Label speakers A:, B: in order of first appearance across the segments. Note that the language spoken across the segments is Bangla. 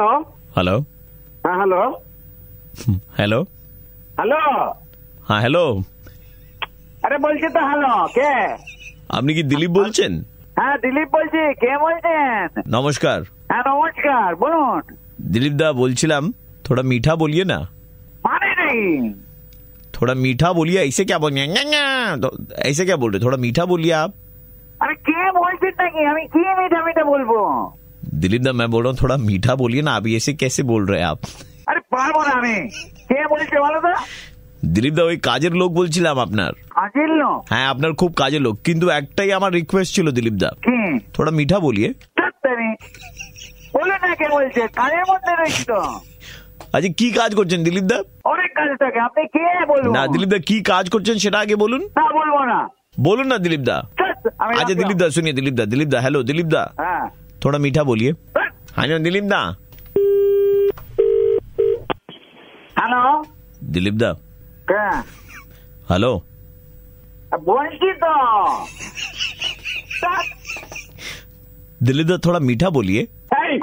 A: হ্যালো
B: हाँ हेलो
A: হ্যালো
B: हेलो
A: হ্যাঁ হ্যালো
B: আরে বলছি তো হ্যালো কে
A: আপনি কি দিলীপ বলছেন
B: হ্যাঁ দিলীপ বলছি কে বলছেন
A: নমস্কার
B: হ্যাঁ নমস্কার বলুন
A: দিলীপ দা বলছিলাম थोड़ा मीठा बोलिए ना
B: মানে নেই
A: थोड़ा मीठा बोलिए ऐसे क्या बोल तो ऐसे क्या बोल रहे हो? थोड़ा मीठा बोलिए आप
B: আরে কে বলছেন নাকি আমি কি মিঠা মিঠা বলবো
A: दिलीप दा मैं बोल रहा हूँ थोड़ा मीठा बोलिए ना आप ऐसे कैसे बोल रहे हैं आप
B: আরে পারবো না আমি কে বলছে বলো তো
A: দিলীপ দা ওই কাজের লোক বলছিলাম আপনার
B: হাজির লোক
A: হ্যাঁ আপনার খুব কাজের লোক কিন্তু একটাই আমার রিকোয়েস্ট ছিল দিলীপ দা
B: কি
A: থোড়া মিঠা বলিয়ে
B: ডাক্তারি বলুন না কে বলছে কাজের মধ্যে রয়েছি তো
A: আজ আচ্ছা, কি কাজ করছেন দিলীপ দা
B: অনেক কাজ থাকে আপনি কে বলবো
A: না দিলীপ দা কি কাজ করছেন সেটা আগে বলুন
B: না বলবো না
A: बोलो ना दिलीप दा
B: ধ্যাৎ, আমি
A: अच्छा
B: রাখলাম।
A: दिलीप दा सुनिए दिलीप दा दिलीप दा हेलो दिलीप दा
B: হ্যাঁ
A: थोड़ा मीठा बोलिए
B: ধ্যাৎ,
A: हाँ जी दिलीप दा
B: হ্যালো
A: दिलीप दा
B: কে
A: हेलो
B: বলছি তো ধ্যাৎ,
A: दिलीप दा थोड़ा मीठा बोलिए
B: এই,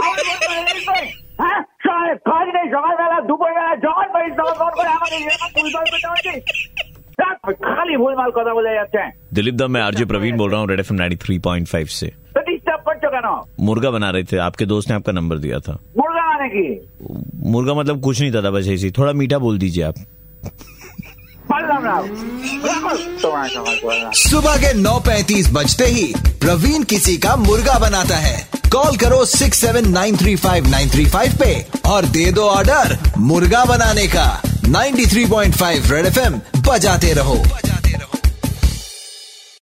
B: আমার ফোন করে দিস তুই? হ্যাঁ? সকালে কাজ নেই, সকালবেলা, দুপুরবেলা যখন পারিস তখন ফোন করে আমাকে এরকম পরিচয় করতে পারছিস? ধ্যাৎ, খালি ভুলভাল কথা বলে যাচ্ছে
A: दिलीप दा मैं आरजे प्रवीण बोल रहा हूँ red F ninety three point five से
B: তো ডিস্টার্ব করছো কেন
A: मुर्गा बना रहे थे आपके दोस्त ने आपका नंबर दिया था
B: মুরগা নাকি
A: मुर्गा मतलब कुछ नहीं था, था बस ऐसे ही थोड़ा मीठा बोल दीजिए आप
B: পারলাম না রাখো, তোমার সকাল করলাম
C: सुबह के 9:35 बजते ही प्रवीण किसी का मुर्गा बनाता है कॉल करो 6793595 पे और दे दो ऑर्डर मुर्गा बनाने का 93.5 रेड एफएम बजाते रहो